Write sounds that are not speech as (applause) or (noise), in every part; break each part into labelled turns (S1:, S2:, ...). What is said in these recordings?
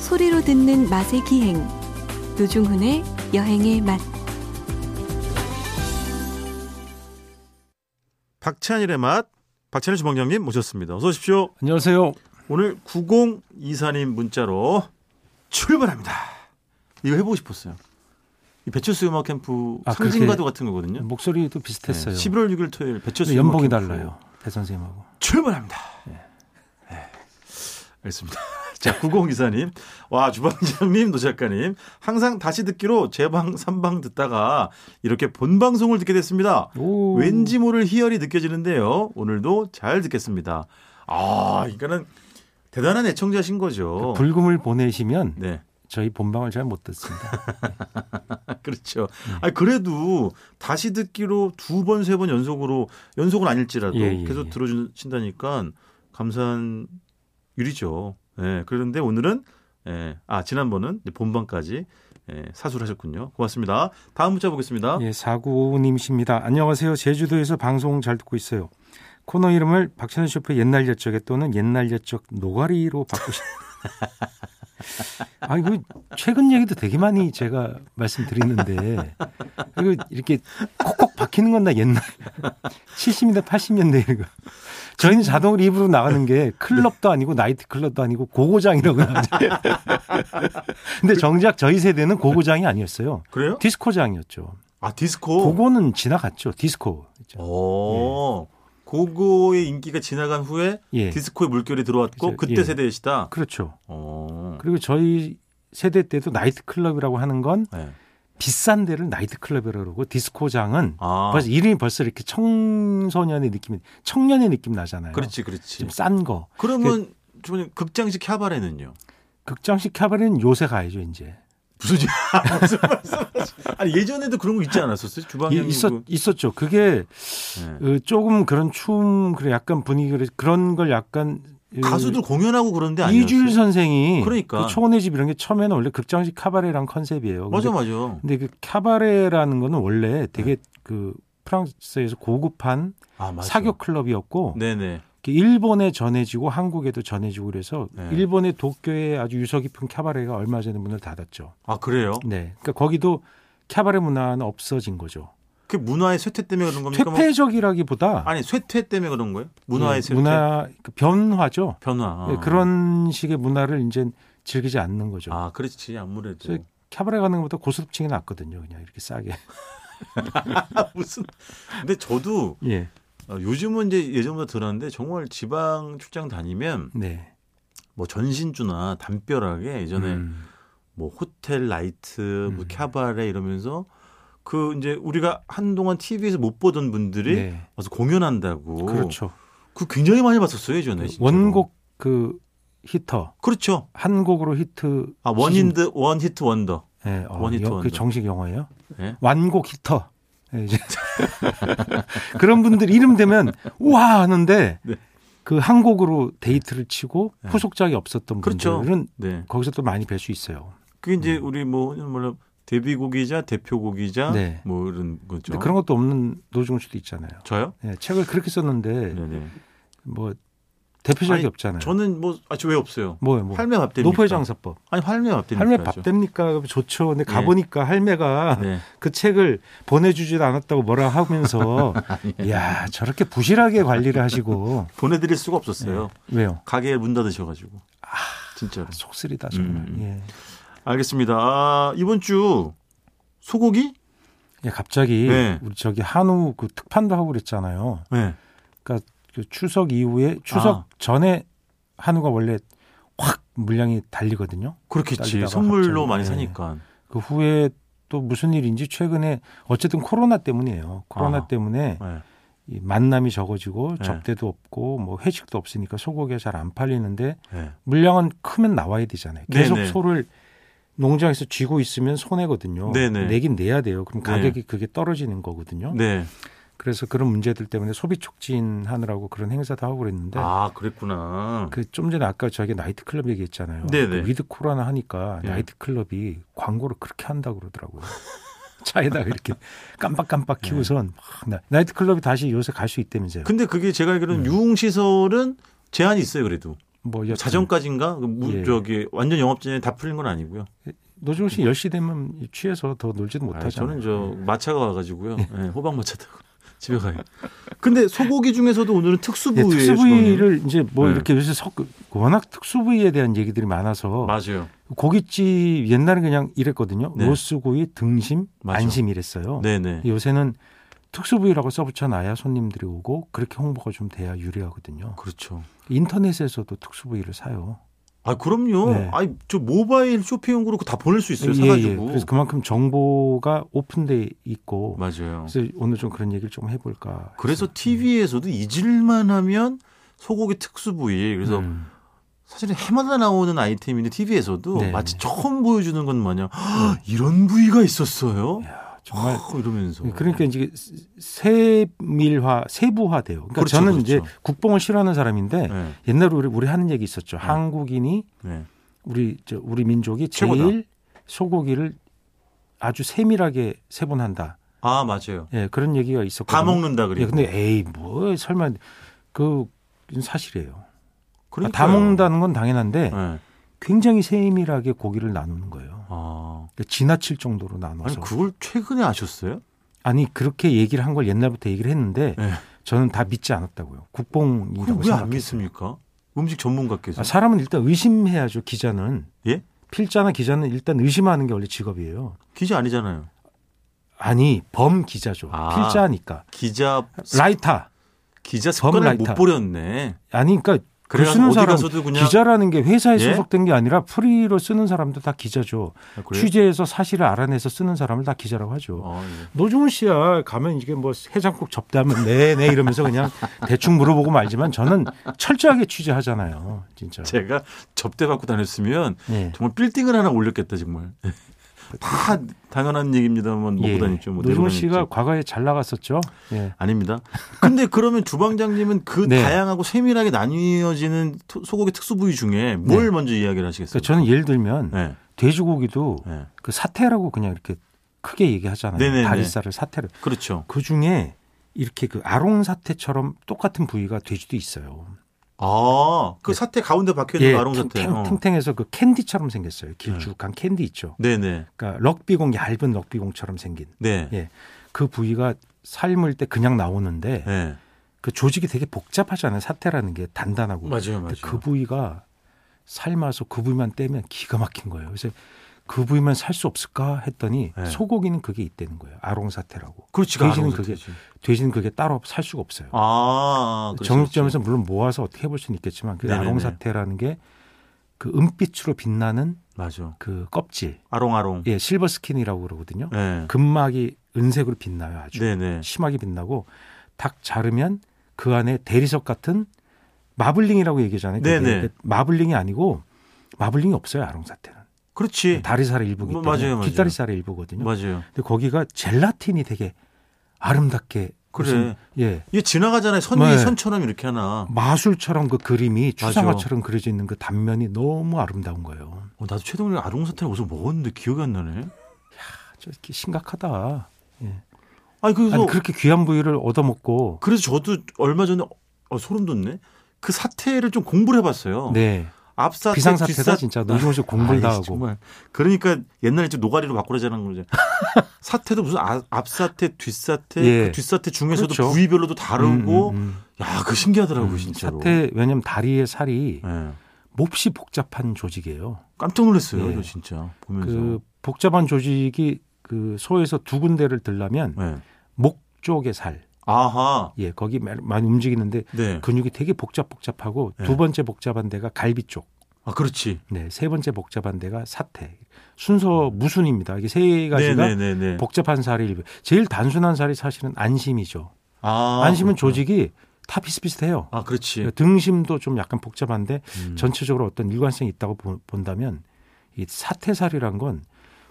S1: 소리로 듣는 맛의 기행 노중훈의 여행의 맛
S2: 박찬일의 맛 박찬일 주방장님 모셨습니다. 어서 오십시오.
S3: 안녕하세요.
S2: 오늘 9024님 문자로 출발합니다. 이거 해보고 싶었어요. 이 배철수 음악 캠프
S3: 아,
S2: 상징가도 같은 거거든요.
S3: 목소리도
S2: 예? 네,
S3: 비슷했어요.
S2: 11월 6일 토요일 배철수
S3: 근데 연봉이
S2: 음악 캠프
S3: 달라요. 예. 대선생님하고.
S2: 출발합니다. 네, 알겠습니다. (laughs) 자, 9024님. 와, 주방장님, 노 작가님. 항상 다시 듣기로 제방, 삼방 듣다가 이렇게 본방송을 듣게 됐습니다.
S3: 오.
S2: 왠지 모를 희열이 느껴지는데요. 오늘도 잘 듣겠습니다. 아, 그러니까는 대단한 애청자신 거죠.
S3: 그 불금을 보내시면
S2: 네. (laughs)
S3: 저희 본방을 잘 못 듣습니다.
S2: 아, 그렇죠. 아 그래도 다시 듣기로 두 번, 세 번 연속으로, 연속은 아닐지라도
S3: 예, 예,
S2: 계속
S3: 예.
S2: 들어주신다니까 감사한 일이죠. 예, 그런데 오늘은, 예, 아, 지난번은 이제 본방까지 예, 사수를 하셨군요. 고맙습니다. 다음 문자 보겠습니다.
S3: 예, 사구님이십니다. 안녕하세요. 제주도에서 방송 잘 듣고 있어요. 코너 이름을 박찬호 셰프 옛날 옛적에 또는 옛날 옛적 노가리로 바꾸신. 아, 이거 최근 얘기도 되게 많이 제가 말씀드리는데 이거 이렇게 콕콕 박히는 건 나 옛날 70년대 80년대 이거. 저희는 자동으로 입으로 나가는 게 클럽도 아니고 나이트 클럽도 아니고 고고장이라고 나왔는데 근데 정작 저희 세대는 고고장이 아니었어요.
S2: 그래요?
S3: 디스코장이었죠.
S2: 아, 디스코.
S3: 그거는 지나갔죠. 디스코.
S2: 어.
S3: 있죠.
S2: 오, 고고의 인기가 지나간 후에
S3: 예.
S2: 디스코의 물결이 들어왔고
S3: 그죠.
S2: 그때
S3: 예.
S2: 세대이시다.
S3: 그렇죠.
S2: 어.
S3: 그리고 저희 세대 때도 나이트클럽이라고 하는 건
S2: 네.
S3: 비싼 데를 나이트클럽이라고 그러고 디스코장은
S2: 아,
S3: 벌써 이름이 벌써 이렇게 청소년의 느낌이 청년의 느낌 나잖아요.
S2: 그렇지, 그렇지.
S3: 좀 싼 거.
S2: 그러면 주님 극장식 캬바레는요?
S3: 극장식 카바레는 요새 가야죠, 이제.
S2: 무슨 지- (laughs) 무슨 말씀하시- 아니 예전에도 그런 거 있지 않았었어요? 주방에 예.
S3: 예, 있었, 있었죠. 그게 어, 조금 그런 춤, 그래 약간 분위기, 그래, 그런 걸 약간 어,
S2: 가수들 공연하고 그런 데 아니었어요?
S3: 이주일 선생이
S2: 그러니까.
S3: 그 초원의 집 이런 게 처음에는 원래 극장식 카바레랑 컨셉이에요. 근데
S2: 맞아 맞아.
S3: 근데 그 카바레라는 거는
S2: 네.
S3: 원래 되게 그 프랑스에서 고급한
S2: 아 맞아.
S3: 사교 클럽이었고
S2: 네네.
S3: 이렇게 일본에 전해지고 한국에도 전해지고 그래서
S2: 네.
S3: 일본의 도쿄에 아주 유서 깊은 카바레가 얼마 전에 문을 닫았죠.
S2: 아 그래요?
S3: 네, 그러니까 거기도 카바레 문화는 없어진 거죠.
S2: 그 문화의 쇠퇴 때문에 그런 겁니까? 뭐-
S3: 퇴폐적이라기보다
S2: 아니 쇠퇴 때문에 그런 거예요? 문화의 아.
S3: 예,
S2: 쇠퇴
S3: 문화 그 변화죠.
S2: 변화.
S3: 예, 그런 식의 문화를 이제 즐기지 않는 거죠.
S2: 아 그렇지 아무래도.
S3: 그래서 카바레 가는 것보다 고소득층이 낫거든요. 그냥 이렇게 싸게.
S2: 아, (laughs) 무슨? 근데 저도
S3: 예,
S2: 어, 요즘은 이제 예전보다 덜하는데 정말 지방 출장 다니면
S3: 네.
S2: 뭐 전신주나 담벼락에 예전에
S3: 음.
S2: 뭐 호텔 라이트, 뭐
S3: 음.
S2: 캬바레 이러면서 그 이제 우리가 한동안 TV에서 못 보던 분들이
S3: 네.
S2: 와서 공연한다고.
S3: 그렇죠.
S2: 그 굉장히 많이 봤었어요 예전에. 진짜로.
S3: 원곡 그 히터
S2: 그렇죠.
S3: 한 곡으로 히트
S2: 아 원인드 원 히트 원더.
S3: 시즌- 예, 어,
S2: 원히트
S3: 여-
S2: 원더.
S3: 그 정식 영어예요
S2: 예?
S3: 완곡 히터 예, 이제 (laughs) 그런 분들 이름 되면 우와 하는데
S2: 네.
S3: 그 한 곡으로 데이트를 치고
S2: 네.
S3: 후속작이 없었던
S2: 그렇죠.
S3: 분들은
S2: 네.
S3: 거기서 또 많이 뵐 수 있어요
S2: 그게 이제
S3: 음.
S2: 우리 뭐 뭐라 데뷔곡이자 대표곡이자
S3: 네.
S2: 뭐 이런 거죠.
S3: 근데 그런 것도 없는 노중훈 씨도 있잖아요
S2: 저요?
S3: 예, 책을 그렇게 썼는데
S2: 네네.
S3: 뭐 대표작이
S2: 아니,
S3: 없잖아요
S2: 저는 뭐 아직 왜 없어요.
S3: 네. 뭐요 뭐
S2: 할매 밥 됩니까?
S3: 노포의 장사법
S2: 아니 할매 밥 됩니까? 예.
S3: 할매 밥 됩니까 좋죠 근데 가보니까 할매가
S2: 네.
S3: 그 책을 보내주지도 않았다고 뭐라 (laughs) 하면서 야 저렇게 부실하게 관리를 하시고
S2: (laughs) 보내드릴 수가 없었어요.
S3: 네. 왜요?
S2: 가게에 문 닫으셔가지고.
S3: 아.
S2: 진짜로.
S3: 속쓰리다 정말.
S2: 음.
S3: 예.
S2: 알겠습니다. 아, 이번 주 소고기?
S3: 예, 갑자기
S2: 네.
S3: 우리 저기 한우 그 특판도 하고 그랬잖아요.
S2: 네.
S3: 그 추석 이후에 추석
S2: 아.
S3: 전에 한우가 원래 확 물량이 달리거든요.
S2: 그렇겠지.
S3: 딸기다가
S2: 선물로
S3: 갑자기.
S2: 많이
S3: 네.
S2: 사니까.
S3: 그 후에 또 무슨 일인지 최근에 어쨌든 코로나 때문이에요. 코로나
S2: 아.
S3: 때문에
S2: 네.
S3: 이 만남이 적어지고
S2: 네.
S3: 접대도 없고 뭐 회식도 없으니까 소고기가 잘 안 팔리는데
S2: 네.
S3: 물량은 크면 나와야 되잖아요. 계속
S2: 네네.
S3: 소를 농장에서 쥐고 있으면 손해거든요.
S2: 네네.
S3: 내긴 내야 돼요. 그럼
S2: 네.
S3: 가격이 그게 떨어지는 거거든요.
S2: 네.
S3: 그래서 그런 문제들 때문에 소비 촉진하느라고 그런 행사도 하고 그랬는데
S2: 아, 그랬구나.
S3: 그 좀 전에 아까 저기 나이트클럽 얘기했잖아요.
S2: 네네.
S3: 그 위드 코로나 하니까
S2: 네.
S3: 나이트클럽이 광고를 그렇게 한다 그러더라고요. (laughs) 차에다가 이렇게 깜빡깜빡
S2: 네.
S3: 키우선 막 나-
S2: 그
S3: 나이트클럽이 다시 요새 갈 수 있다면서요. 네.
S2: 근데 그게 제가 알기로는 유흥시설은 제한이 있어요, 그래도.
S3: 뭐 여튼
S2: 자정까지인가? 그 무-
S3: 예.
S2: 저기 완전 영업전에 다 풀린 건 아니고요.
S3: 노중훈 씨 10시 되면 취해서 더 놀지도
S2: 아,
S3: 못하죠.
S2: 저는
S3: 네.
S2: 저 마차가
S3: (laughs)
S2: 와가지고요. 예, 호박 마차 타고 (laughs) 집에 가요. 근데 소고기 중에서도 오늘은 특수부위예요.
S3: 특수 부위를 이제 뭐
S2: 네.
S3: 이렇게 요새 섞 워낙 특수 부위에 대한 얘기들이 많아서
S2: 주방님. 맞아요.
S3: 고깃집 옛날에 그냥 이랬거든요.
S2: 네.
S3: 로스구이, 등심,
S2: 맞아.
S3: 안심 이랬어요. 예.
S2: 네네.
S3: 요새는 특수부위라고 써붙여놔야 손님들이 오고 그렇게 홍보가 좀 돼야 유리하거든요.
S2: 그렇죠.
S3: 인터넷에서도 특수부위를 사요.
S2: 아 그럼요.
S3: 네. 예,
S2: 아니 저 모바일 쇼핑용으로 그거 다 보낼 수 있어요. 사가지고.
S3: 그래서 그만큼 정보가 오픈돼 있고
S2: 맞아요.
S3: 그래서 음. 오늘 좀 그런 얘기를 좀 해볼까.
S2: 그래서 TV에서도 잊을만 하면 소고기 특수부위. 그래서
S3: 음.
S2: 사실은 해마다 나오는 아이템인데 TV에서도
S3: 네.
S2: 마치 처음 보여주는 것 마냥 "헉, 이런 부위가 있었어요.
S3: 야, 정말
S2: 헉, 이러면서.
S3: 그러니까 이제 세밀화, 세부화돼요. 그러니까
S2: 그렇죠,
S3: 저는
S2: 그렇죠.
S3: 이제 국뽕을 싫어하는 사람인데
S2: 네,
S3: 옛날에 우리, 우리 하는 얘기 있었죠. 한국인이
S2: 네.
S3: 우리 저 우리 민족이
S2: 최고다.
S3: 제일 소고기를 아주 세밀하게 세분한다.
S2: 아 맞아요.
S3: 예, 그런 얘기가 있었거든요.
S2: 다 먹는다 아,
S3: 예,
S2: 그리고.
S3: 근데 에이 뭐 설마 그 사실이에요.
S2: 그러니까요.
S3: 다 먹는다는 건 당연한데
S2: 네.
S3: 굉장히 세밀하게 고기를 나누는 거예요.
S2: 아.
S3: 그러니까 지나칠 정도로
S2: 아니
S3: 나눠서 아니,
S2: 그걸 최근에 아셨어요?
S3: 그렇게 얘기를 한 걸 옛날부터 얘기를 했는데
S2: 네.
S3: 저는 다 믿지 않았다고요. 국뽕이라고
S2: 그걸 왜 안
S3: 생각했어요.
S2: 믿습니까? 음식 전문가께서.
S3: 아, 사람은 일단 의심해야죠. 기자는
S2: 예?
S3: 필자나 기자는 일단 의심하는 게 원래 직업이에요.
S2: 기자 아니잖아요.
S3: 아니 범 기자죠.
S2: 아.
S3: 필자니까
S2: 기자
S3: 라이터
S2: 기자
S3: 범
S2: 습관을 못
S3: 라이터.
S2: 버렸네.
S3: 아니 그러니까 글
S2: 그래서
S3: 쓰는
S2: 어디
S3: 사람
S2: 가서도 그냥
S3: 기자라는 게 회사에
S2: 예?
S3: 소속된 게 아니라 프리로 쓰는 사람도 다 기자죠.
S2: 아, 그래요?
S3: 취재해서 사실을 알아내서 쓰는 사람을 다 기자라고 하죠.
S2: 아, 예.
S3: 노중훈 씨야 가면 이게 뭐 해장국 접대하면 네네 이러면서
S2: (laughs)
S3: 그냥 대충 물어보고 말지만 저는 철저하게 취재하잖아요. 진짜.
S2: 제가 접대 받고 다녔으면
S3: 예.
S2: 정말 빌딩을 하나 올렸겠다 정말. (laughs) 다 당연한 얘기입니다만 먹고
S3: 예.
S2: 다녔죠. 뭐
S3: 노중훈
S2: 내고
S3: 씨가
S2: 다녔죠. 네.
S3: 과거에 잘 나갔었죠. 예.
S2: 아닙니다. 근데 그러면 주방장님은 그
S3: 네.
S2: 다양하고 세밀하게 나뉘어지는 토- 소고기 특수 부위 중에 뭘
S3: 네.
S2: 먼저 이야기를 하시겠어요?
S3: 그러니까 저는 예를 들면
S2: 네.
S3: 돼지고기도
S2: 네.
S3: 그 사태라고 그냥 이렇게 크게 얘기하잖아요.
S2: 네네네.
S3: 다리살을 사태를.
S2: 그렇죠.
S3: 그 중에 이렇게 그 아롱 사태처럼 똑같은 부위가 돼지도 있어요.
S2: 아, 그
S3: 네.
S2: 사태 가운데 박혀 있는 아롱 사태.
S3: 탱탱,
S2: 어. 네.
S3: 탱탱해서 그 캔디처럼 생겼어요. 길쭉한 캔디 있죠.
S2: 네네.
S3: 그러니까 럭비공 얇은 럭비공처럼 생긴
S2: 네.
S3: 예. 그 부위가 삶을 때 그냥 나오는데
S2: 네.
S3: 그 조직이 되게 복잡하잖아요. 사태라는 게 단단하고.
S2: 맞아요, 맞아요.
S3: 근데 그 부위가 삶아서 그 부위만 떼면 기가 막힌 거예요. 그래서 그 부위만 살 수 없을까 했더니
S2: 네.
S3: 소고기는 그게 있다는 거예요. 아롱 사태라고.
S2: 그렇지.
S3: 돼지는
S2: 아롱
S3: 그게-
S2: 사태지.
S3: 돼지는 그게 따로 살 수가 없어요.
S2: 아, 그렇죠,
S3: 정육점에서 물론 모아서 어떻게 해볼 수는 있겠지만 그
S2: 네네네.
S3: 아롱 사태라는 게 그 은빛으로 빛나는
S2: 그렇죠. 맞아.
S3: 그 껍질,
S2: 아롱 아롱.
S3: 예 실버 스킨이라고 그러거든요.
S2: 네.
S3: 근막이 은색으로 빛나요, 아주
S2: 네네.
S3: 심하게 빛나고 닭 자르면 그 안에 대리석 같은 마블링이라고 얘기하잖아요. 그게.
S2: 네네.
S3: 근데 마블링이 아니고 마블링이 없어요, 아롱 사태는.
S2: 그렇지.
S3: 다리살의 일부기
S2: 뭐,
S3: 때문에
S2: 맞아요, 맞아요.
S3: 네, 뒷다리살의 일부거든요.
S2: 맞아요.
S3: 근데 거기가 젤라틴이 되게 아름답게
S2: 그래.
S3: 무슨, 예
S2: 이게 지나가잖아요. 선 위에
S3: 네.
S2: 선처럼 이렇게 하나.
S3: 마술처럼 그 그림이
S2: 맞아.
S3: 추상화처럼 그려져 있는 그 단면이 너무 아름다운 거예요.
S2: 어, 나도 최동일 아롱 사태를 어디서 먹었는데 기억이 안 나네.
S3: 아, 저 이렇게 심각하다.
S2: 아니 그래서
S3: 아니, 그렇게 귀한 부위를 얻어먹고
S2: 그래서 저도 얼마 전에 어, 소름 돋네. 그 사태를 좀 공부를 해봤어요.
S3: 네
S2: 앞사태,
S3: 비상사태다
S2: 뒷사-
S3: 진짜 노중훈 씨 공부를 다
S2: 아이,
S3: 하고
S2: 정말. 그러니까 옛날에 이제 노가리로 바꾸라자는 거죠. 사태도 무슨 아- 앞사태, 뒷사태,
S3: 예.
S2: 그 뒷사태 중에서도
S3: 그렇죠.
S2: 부위별로도 다르고.
S3: 음, 음,
S2: 야, 그 신기하더라고
S3: 음.
S2: 요 진짜로.
S3: 사태 왜냐면 다리의 살이
S2: 예.
S3: 몹시 복잡한 조직이에요.
S2: 깜짝 놀랐어요.
S3: 예.
S2: 저 진짜 보면서.
S3: 그 복잡한 조직이 그 소에서 두 군데를 들려면
S2: 예.
S3: 목 쪽의 살,
S2: 아하.
S3: 예 거기 매- 많이 움직이는데
S2: 네.
S3: 근육이 되게 복잡복잡하고
S2: 네.
S3: 두 번째 복잡한 데가 갈비 쪽.
S2: 아, 그렇지.
S3: 네, 세 번째 복잡한 데가 사태. 순서 무순입니다. 이게 세 가지가
S2: 음. 네네네네.
S3: 그 복잡한 살이 일부. 제일 단순한 살이 사실은 안심이죠.
S2: 아,
S3: 안심은
S2: 그렇구나.
S3: 조직이 다 비슷비슷해요.
S2: 아, 그렇지.
S3: 그러니까 등심도 좀 약간 복잡한데
S2: 음.
S3: 그 전체적으로 어떤 일관성이 있다고 보- 본다면 이 사태살이란 건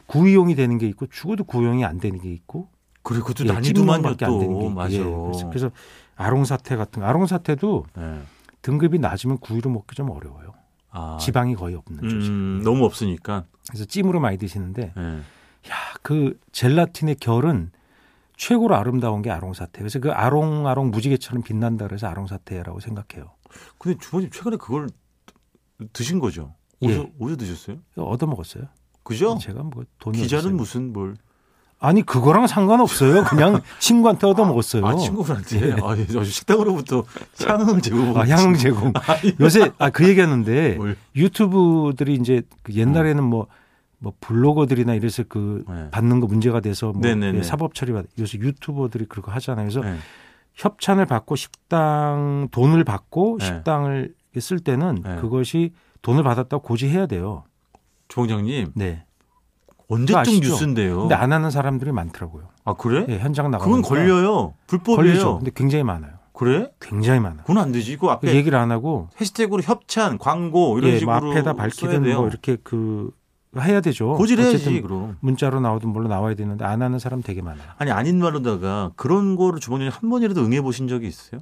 S3: 구이용이 되는 게 있고 죽어도 구이용이 안 되는 게 있고
S2: 그래, 그것도
S3: 예,
S2: 난이도만요
S3: 찝는밖에 안 되는 게
S2: 또.
S3: 있고.
S2: 맞아.
S3: 예, 그래서, 그래서 아롱사태 같은 거. 아롱사태도
S2: 예.
S3: 등급이 낮으면 구이로 먹기 좀 어려워요.
S2: 아,
S3: 지방이 거의 없는 조직.
S2: 음, 너무 없으니까.
S3: 그래서 찜으로 많이 드시는데
S2: 예.
S3: 야, 그 젤라틴의 결은 최고로 아름다운 게 아롱사태. 그래서 그 아롱아롱 무지개처럼 빛난다 그래서 아롱사태라고 생각해요.
S2: 근데 주머님 최근에 그걸 드신 거죠?
S3: 예.
S2: 우유, 우유 드셨어요?
S3: 얻어 먹었어요.
S2: 그죠?
S3: 제가 뭐 돈을
S2: 기자는
S3: 얻었어요.
S2: 무슨 뭘?
S3: 아니 그거랑 상관없어요.
S2: (laughs)
S3: 그냥 친구한테 얻어 먹었어요.
S2: 아 친구분한테 아, 예, 저 식당으로부터 향응을 제공을
S3: 아, 향응
S2: (laughs)
S3: 제공. 요새 아 그 얘기하는데
S2: 뭘?
S3: 유튜브들이 이제 그 옛날에는 뭐 뭐 블로거들이나 이래서 그
S2: 네.
S3: 받는 거 문제가 돼서 뭐
S2: 네네네.
S3: 예, 사법 처리 받. 요새 유튜버들이 그렇게 하잖아요. 그래서
S2: 네.
S3: 협찬을 받고 식당 돈을 받고
S2: 네.
S3: 식당을 쓸 때는
S2: 네.
S3: 그것이 돈을 받았다고 고지해야 돼요.
S2: 조원장님
S3: 네.
S2: 언제쯤
S3: 아시죠?
S2: 뉴스인데요?
S3: 근데 안 하는 사람들이 많더라고요.
S2: 아 그래?
S3: 예, 현장 나가.
S2: 그건 걸려요. 불법이에요.
S3: 걸리죠. 근데 굉장히 많아요.
S2: 그래?
S3: 굉장히 많아. 요
S2: 그건 안 되지. 그 앞에
S3: 얘기를 안 하고
S2: 해시태그로 협찬, 광고 이런
S3: 예, 뭐
S2: 식으로
S3: 앞에다
S2: 써야
S3: 밝히든
S2: 돼요.
S3: 뭐 이렇게 그 해야 되죠.
S2: 고지를 해야지
S3: 어쨌든
S2: 그럼.
S3: 문자로 나오든 뭘로 나와야 되는데 안 하는 사람 되게 많아요.
S2: 아니 아닌 말로다가 그런 거를 주방장님 한 번이라도 응해 보신 적이 있어요?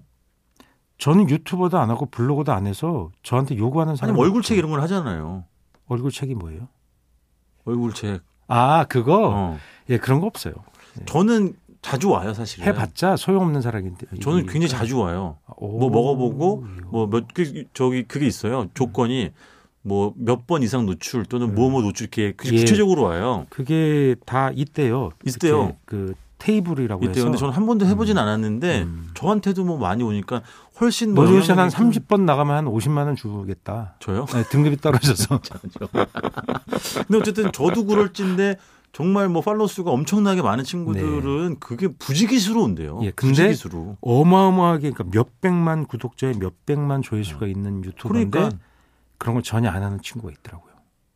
S3: 저는 유튜버도 안 하고 블로그도 안 해서 저한테 요구하는
S2: 아니
S3: 사람
S2: 면 얼굴 책 이런 걸 하잖아요.
S3: 얼굴 책이 뭐예요?
S2: 얼굴 책.
S3: 아 그거
S2: 어.
S3: 예 그런 거 없어요.
S2: 저는 자주 와요 사실은.
S3: 예. 해봤자 소용없는 사람인데.
S2: 예.
S3: 어,
S2: 저는 굉장히 자주 와요.
S3: 오.
S2: 뭐 먹어보고 뭐몇그 저기 그게 있어요. 조건이 뭐 몇 번 이상 노출 또는 뭐 뭐 노출 이렇게 그게
S3: 예.
S2: 구체적으로 와요.
S3: 그게 다 이때요.
S2: 있대요.
S3: 이렇게 그 테이블이라고
S2: 이때
S3: 해서.
S2: 근데 저는 한 번도 해보진 않았는데
S3: 음.
S2: 저한테도 뭐 많이 오니까 훨씬 뭐
S3: 노조 시한
S2: 영향력이 좀-
S3: 30번 나가면 한 50만 원 주겠다.
S2: 저요?
S3: 네, 등급이 떨어져서.
S2: 근데 어쨌든 저도 그럴진데 정말 뭐 팔로우 수가 엄청나게 많은 친구들은 그게 부지기수로운데요.
S3: 네. 예, 근데
S2: 부지기수로.
S3: 어마어마하게 그러니까 몇 백만 구독자에 몇 백만 조회수가 있는 유튜브인데
S2: 어. 그러니까
S3: 그런걸 전혀 안 하는 친구가 있더라고요.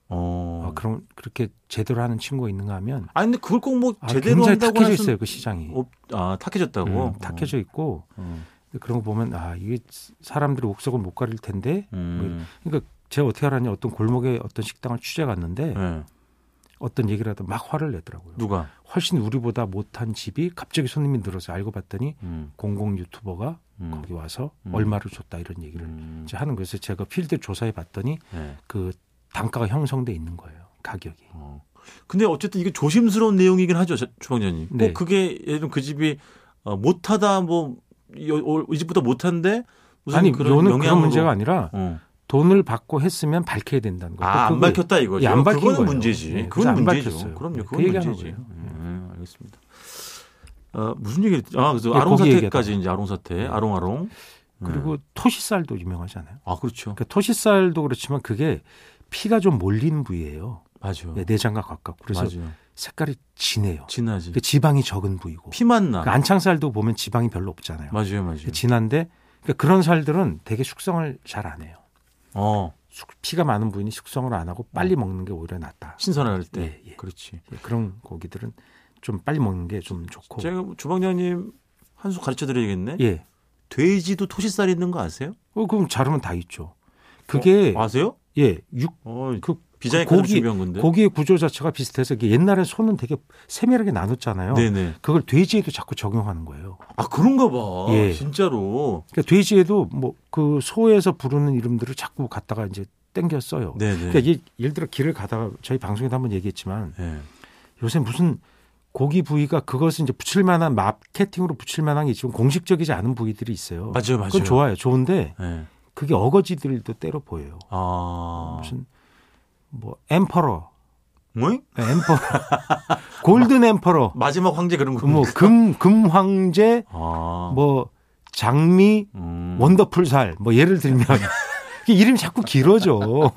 S2: 어.
S3: 아, 그런 그렇게 제대로 하는 친구가 있는가 하면
S2: 아 근데 그걸 꼭 뭐
S3: 아,
S2: 제대로
S3: 굉장히
S2: 한다고
S3: 탁해져
S2: 할
S3: 있어요
S2: 수는
S3: 그 시장이.
S2: 없... 아 탁해졌다고.
S3: 음, 탁해져 있고
S2: 어. 어.
S3: 그런 거 보면 아 이게 사람들이 옥석을 못 가릴 텐데.
S2: 음.
S3: 그러니까 제가 어떻게 알았냐 어떤 골목에 어떤 식당을 취재 갔는데
S2: 예.
S3: 어떤 얘기를 하다 막 화를 내더라고요.
S2: 누가?
S3: 훨씬 우리보다 못한 집이 갑자기 손님이 늘어서 알고 봤더니
S2: 음.
S3: 공공 유튜버가
S2: 음.
S3: 거기 와서
S2: 음.
S3: 얼마를 줬다 이런 얘기를
S2: 음.
S3: 이제 하는 거에서 제가 필드 조사해 봤더니
S2: 네.
S3: 그 단가가 형성돼 있는 거예요. 가격이.
S2: 어. 근데 어쨌든 이게 조심스러운 내용이긴 하죠, 저- 주방장님. 꼭
S3: 네.
S2: 그게 예를 들면 그 집이 어, 못하다 뭐 이 집보다 못한데 무슨
S3: 아니
S2: 그런
S3: 요는
S2: 영향으로
S3: 그런 문제가 아니라
S2: 어.
S3: 돈을 받고 했으면 밝혀야 된다는 거예요.
S2: 아, 안
S3: 그걸-
S2: 밝혔다 이거죠.
S3: 예, 안 밝힌
S2: 그거는
S3: 거예요.
S2: 문제지.
S3: 네, 그래서
S2: 그건
S3: 안
S2: 문제죠.
S3: 밝혔어요.
S2: 그럼요.
S3: 네,
S2: 그건
S3: 그 얘기하는
S2: 문제지.
S3: 거예요.
S2: 예, 알겠습니다. 아, 무슨 얘기? 아, 그래서
S3: 예,
S2: 아롱
S3: 거기
S2: 사태까지
S3: 얘기하다가.
S2: 이제 아롱 사태,
S3: 네.
S2: 아롱 아롱. 예.
S3: 그리고
S2: 음.
S3: 토시살도 유명하잖아요.
S2: 아, 그렇죠.
S3: 그러니까 토시살도 그렇지만 그게 피가 좀 몰리는 부위예요.
S2: 맞아요.
S3: 네, 내장과 가깝고 그래서
S2: 맞아요.
S3: 색깔이 진해요.
S2: 진하지.
S3: 그 지방이 적은 부위고
S2: 피만 나.
S3: 그 안창살도 보면 지방이 별로 없잖아요.
S2: 맞아요, 맞아요.
S3: 진한데 그러니까 그런 살들은 되게 숙성을 잘 안 해요.
S2: 어,
S3: 숙- 피가 많은 부위는 숙성을 안 하고
S2: 음.
S3: 빨리 먹는 게 오히려 낫다.
S2: 신선할 때.
S3: 예, 예.
S2: 그렇지.
S3: 예, 그런 고기들은 좀 빨리 먹는 게 좀 좋고.
S2: 제가 주방장님 한 수 가르쳐 드려야겠네.
S3: 예.
S2: 돼지도 토시살 있는 거 아세요?
S3: 어, 그럼 자르면 다 있죠. 그게
S2: 어, 아세요? 네.
S3: 예, 육
S2: 어,
S3: 그
S2: 비자니까
S3: 고기-
S2: 준비한 건데.
S3: 고기의 구조 자체가 비슷해서 이게 옛날에 소는 되게 세밀하게 나눴잖아요.
S2: 네네.
S3: 그걸 돼지에도 자꾸 적용하는 거예요.
S2: 아 그런가 봐.
S3: 예.
S2: 진짜로.
S3: 그러니까 돼지에도 뭐 그 소에서 부르는 이름들을 자꾸 갖다가 이제 땡겨 써요.
S2: 네네.
S3: 그러니까 예, 예를 들어 길을 가다가 저희 방송에도 한번 얘기했지만
S2: 예.
S3: 요새 무슨 고기 부위가 그것을 이제 붙일 만한 마케팅으로 붙일 만한 게 지금 공식적이지 않은 부위들이 있어요.
S2: 맞아요, 맞아요.
S3: 그건 좋아요. 좋은데
S2: 예.
S3: 그게 어거지들도 때려 보여요.
S2: 아.
S3: 무슨 뭐 엠퍼러,
S2: 뭐?
S3: 네,
S2: (laughs)
S3: 엠퍼러, 골든 엠퍼러,
S2: 마지막 황제 그런 거.
S3: 뭐금 금황제,
S2: 아.
S3: 뭐 장미,
S2: 음.
S3: 원더풀 살, 뭐 예를
S2: (laughs)
S3: 들면 이게 이름이 자꾸 길어져.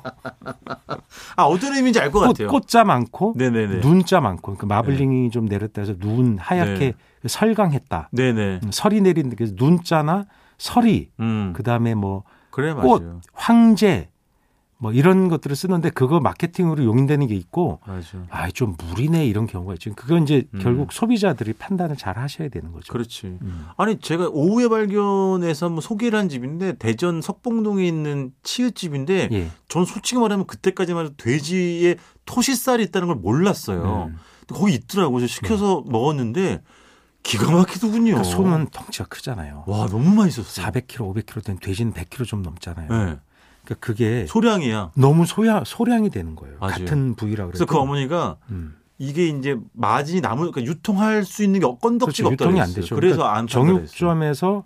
S2: 아 어떤 의미인지 알 것
S3: 꽃,
S2: 같아요.
S3: 꽃자 많고
S2: 네네네. 네.
S3: 눈자 많고 그러니까 마블링이 좀 내렸다 해서 눈 하얗게 그 설강했다.
S2: 네네.
S3: 음, 설이 내린 그래서 눈자나 설이
S2: 음.
S3: 그다음에 뭐
S2: 그래
S3: 꽃.
S2: 맞아요.
S3: 황제 뭐 이런 것들을 쓰는데 그거 마케팅으로 용인되는 게 있고
S2: 맞아.
S3: 아 좀 무리네 이런 경우가 있죠. 그건 이제
S2: 음.
S3: 결국 소비자들이 판단을 잘 하셔야 되는 거죠.
S2: 그렇지.
S3: 음.
S2: 아니 제가 오후에 발견해서 한번 소개를 한 집인데 대전 석봉동에 있는 치읓집인데
S3: 예.
S2: 전 솔직히 말하면 그때까지만 해도 돼지에 토시살이 있다는 걸 몰랐어요.
S3: 음.
S2: 근데 거기 있더라고요. 그래서 시켜서 먹었는데 기가 막히더군요.
S3: 네. 그러니까 소는 덩치가 크잖아요.
S2: 와 너무 맛있었어요.
S3: 400kg, 500kg 된 돼지는 100kg 좀 넘잖아요.
S2: 네.
S3: 그러니까 그게
S2: 소량이야.
S3: 너무 소야 소량이 되는 거예요.
S2: 맞아요.
S3: 같은 음. 부위라
S2: 그래서
S3: 그래서
S2: 그 어머니가 이게 이제 마진이 남으니까 유통할 수 있는 게 건덕지가 없다
S3: 그렇죠. 유통이
S2: 그랬어요.
S3: 안 되죠.
S2: 그래서
S3: 그러니까
S2: 안 판다 그랬어요.
S3: 정육점에서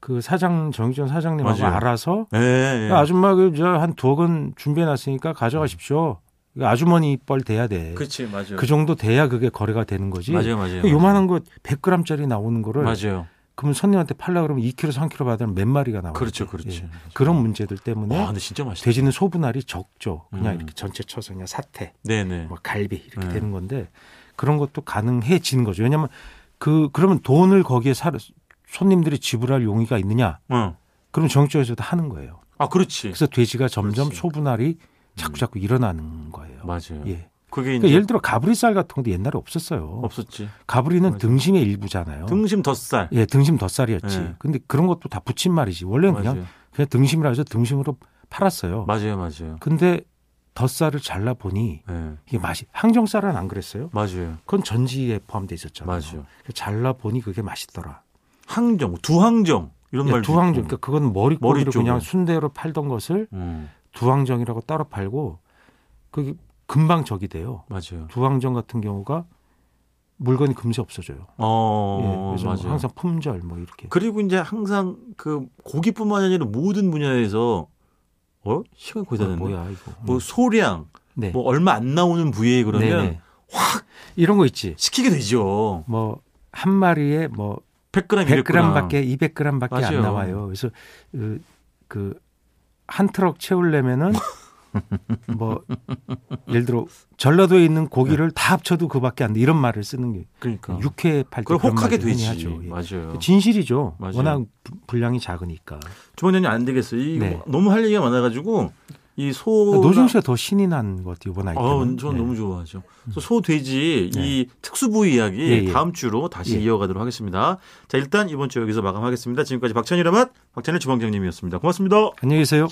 S3: 그 사장 정의전 사장님하고
S2: 맞아요.
S3: 알아서 그러니까
S2: 예, 예.
S3: 아줌마 그저한 두억 은 준비해놨으니까 가져가십시오. 그 아주머니 뻘 돼야 돼. 그,
S2: 그렇지 맞아요.
S3: 정도 돼야 그게 거래가 되는 거지.
S2: 맞아요, 맞아요.
S3: 그 요만한 거 100g짜리 나오는 거를
S2: 맞아요.
S3: 그러면 손님한테 팔라 그러면 2kg, 3kg 받으면 몇 마리가 나와요.
S2: 그렇죠, 그렇죠.
S3: 예. 그런 문제들 때문에
S2: 와, 근데 진짜 맛있다.
S3: 돼지는 소분할이 적죠. 그냥
S2: 음.
S3: 이렇게 전체 쳐서 그냥 사태,
S2: 네, 네.
S3: 뭐 갈비 이렇게
S2: 네.
S3: 되는 건데 그런 것도 가능해지는 거죠. 왜냐하면 그 그러면 돈을 거기에 사, 손님들이 지불할 용의가 있느냐?
S2: 어.
S3: 그럼 정치에서도 하는 거예요.
S2: 아, 그렇지.
S3: 그래서 돼지가 점점
S2: 그렇지. 음.
S3: 소분할이 자꾸 자꾸 일어나는 거예요.
S2: 맞아요.
S3: 예.
S2: 그게
S3: 그러니까
S2: 이제
S3: 예를 들어 가브리살 같은 것도 옛날에 없었어요.
S2: 없었지.
S3: 가브리는
S2: 맞아요.
S3: 등심의 일부잖아요.
S2: 등심 덧살.
S3: 예, 등심 덧살이었지.
S2: 예.
S3: 근데 그런 것도 다 붙임 말이지. 원래는 그냥
S2: 맞아요.
S3: 그냥 등심이라 해서 등심으로 팔았어요.
S2: 맞아요, 맞아요.
S3: 근데 덧살을 잘라 보니
S2: 예.
S3: 이게 맛이 항정살은 안 그랬어요.
S2: 맞아요.
S3: 그건 전지에 포함돼 있었잖아요.
S2: 맞아요.
S3: 그래서 잘라 보니 그게 맛있더라.
S2: 항정, 두항정 이런
S3: 예,
S2: 말도
S3: 두황정.
S2: 있고.
S3: 그러니까 그건 머리
S2: 머리
S3: 꼬리를
S2: 쪽은.
S3: 그냥 순대로 팔던 것을
S2: 음,
S3: 두황정이라고 따로 팔고 그게 금방 적이 돼요.
S2: 맞아요.
S3: 두황정 같은 경우가 물건이 금세 없어져요.
S2: 어,
S3: 예, 그래서
S2: 맞아요.
S3: 항상 품절 뭐 이렇게.
S2: 그리고 이제 항상 그 고기뿐만 아니라 모든 분야에서 어 시간 거의 다
S3: 어,
S2: 됐네.
S3: 뭐야 이거.
S2: 뭐 소량,
S3: 네.
S2: 뭐 얼마 안 나오는 부위에 그러면
S3: 네네. 이런 거 있지.
S2: 시키게 되죠.
S3: 뭐 한 마리에 뭐
S2: 100g, 200g.
S3: 100g밖에 200g밖에
S2: 맞아요.
S3: 안 나와요. 그래서 그 한 트럭
S2: (laughs)
S3: 채우려면은 뭐 예를 들어 전라도에 있는 고기를 다 합쳐도 그밖에 안 돼. 이런 말을 쓰는 게
S2: 네. 그러니까.
S3: 육회 팔때
S2: 그걸
S3: 그런
S2: 혹하게
S3: 말들 흔히
S2: 되지.
S3: 하죠. 예.
S2: 맞아요.
S3: 진실이죠.
S2: 맞아요.
S3: 워낙 부- 분량이 작으니까.
S2: 주원장님 안 되겠어요. 이
S3: 네.
S2: 너무 할 얘기가 많아가지고 이소
S3: 노중 씨가 더 신이 난 것 같아요. 예. 이번 네. 아이템.
S2: 아, 저는 너무 좋아하죠. 그래서 소, 돼지 이 특수부 이야기
S3: 예, 예.
S2: 다음 주로 다시
S3: 예.
S2: 이어가도록 하겠습니다. 자, 일단 이번 주 여기서 마감하겠습니다. 지금까지 박찬일의 맛, 박찬일 주방장님이었습니다. 고맙습니다.
S3: 안녕히 계세요.